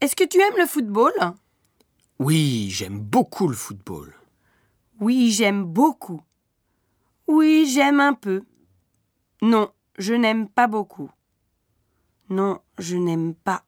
Est-ce que tu aimes le football Oui, j'aime beaucoup le football. Oui, j'aime beaucoup. Oui, j'aime un peu. Non, je n'aime pas beaucoup. Non, je n'aime pas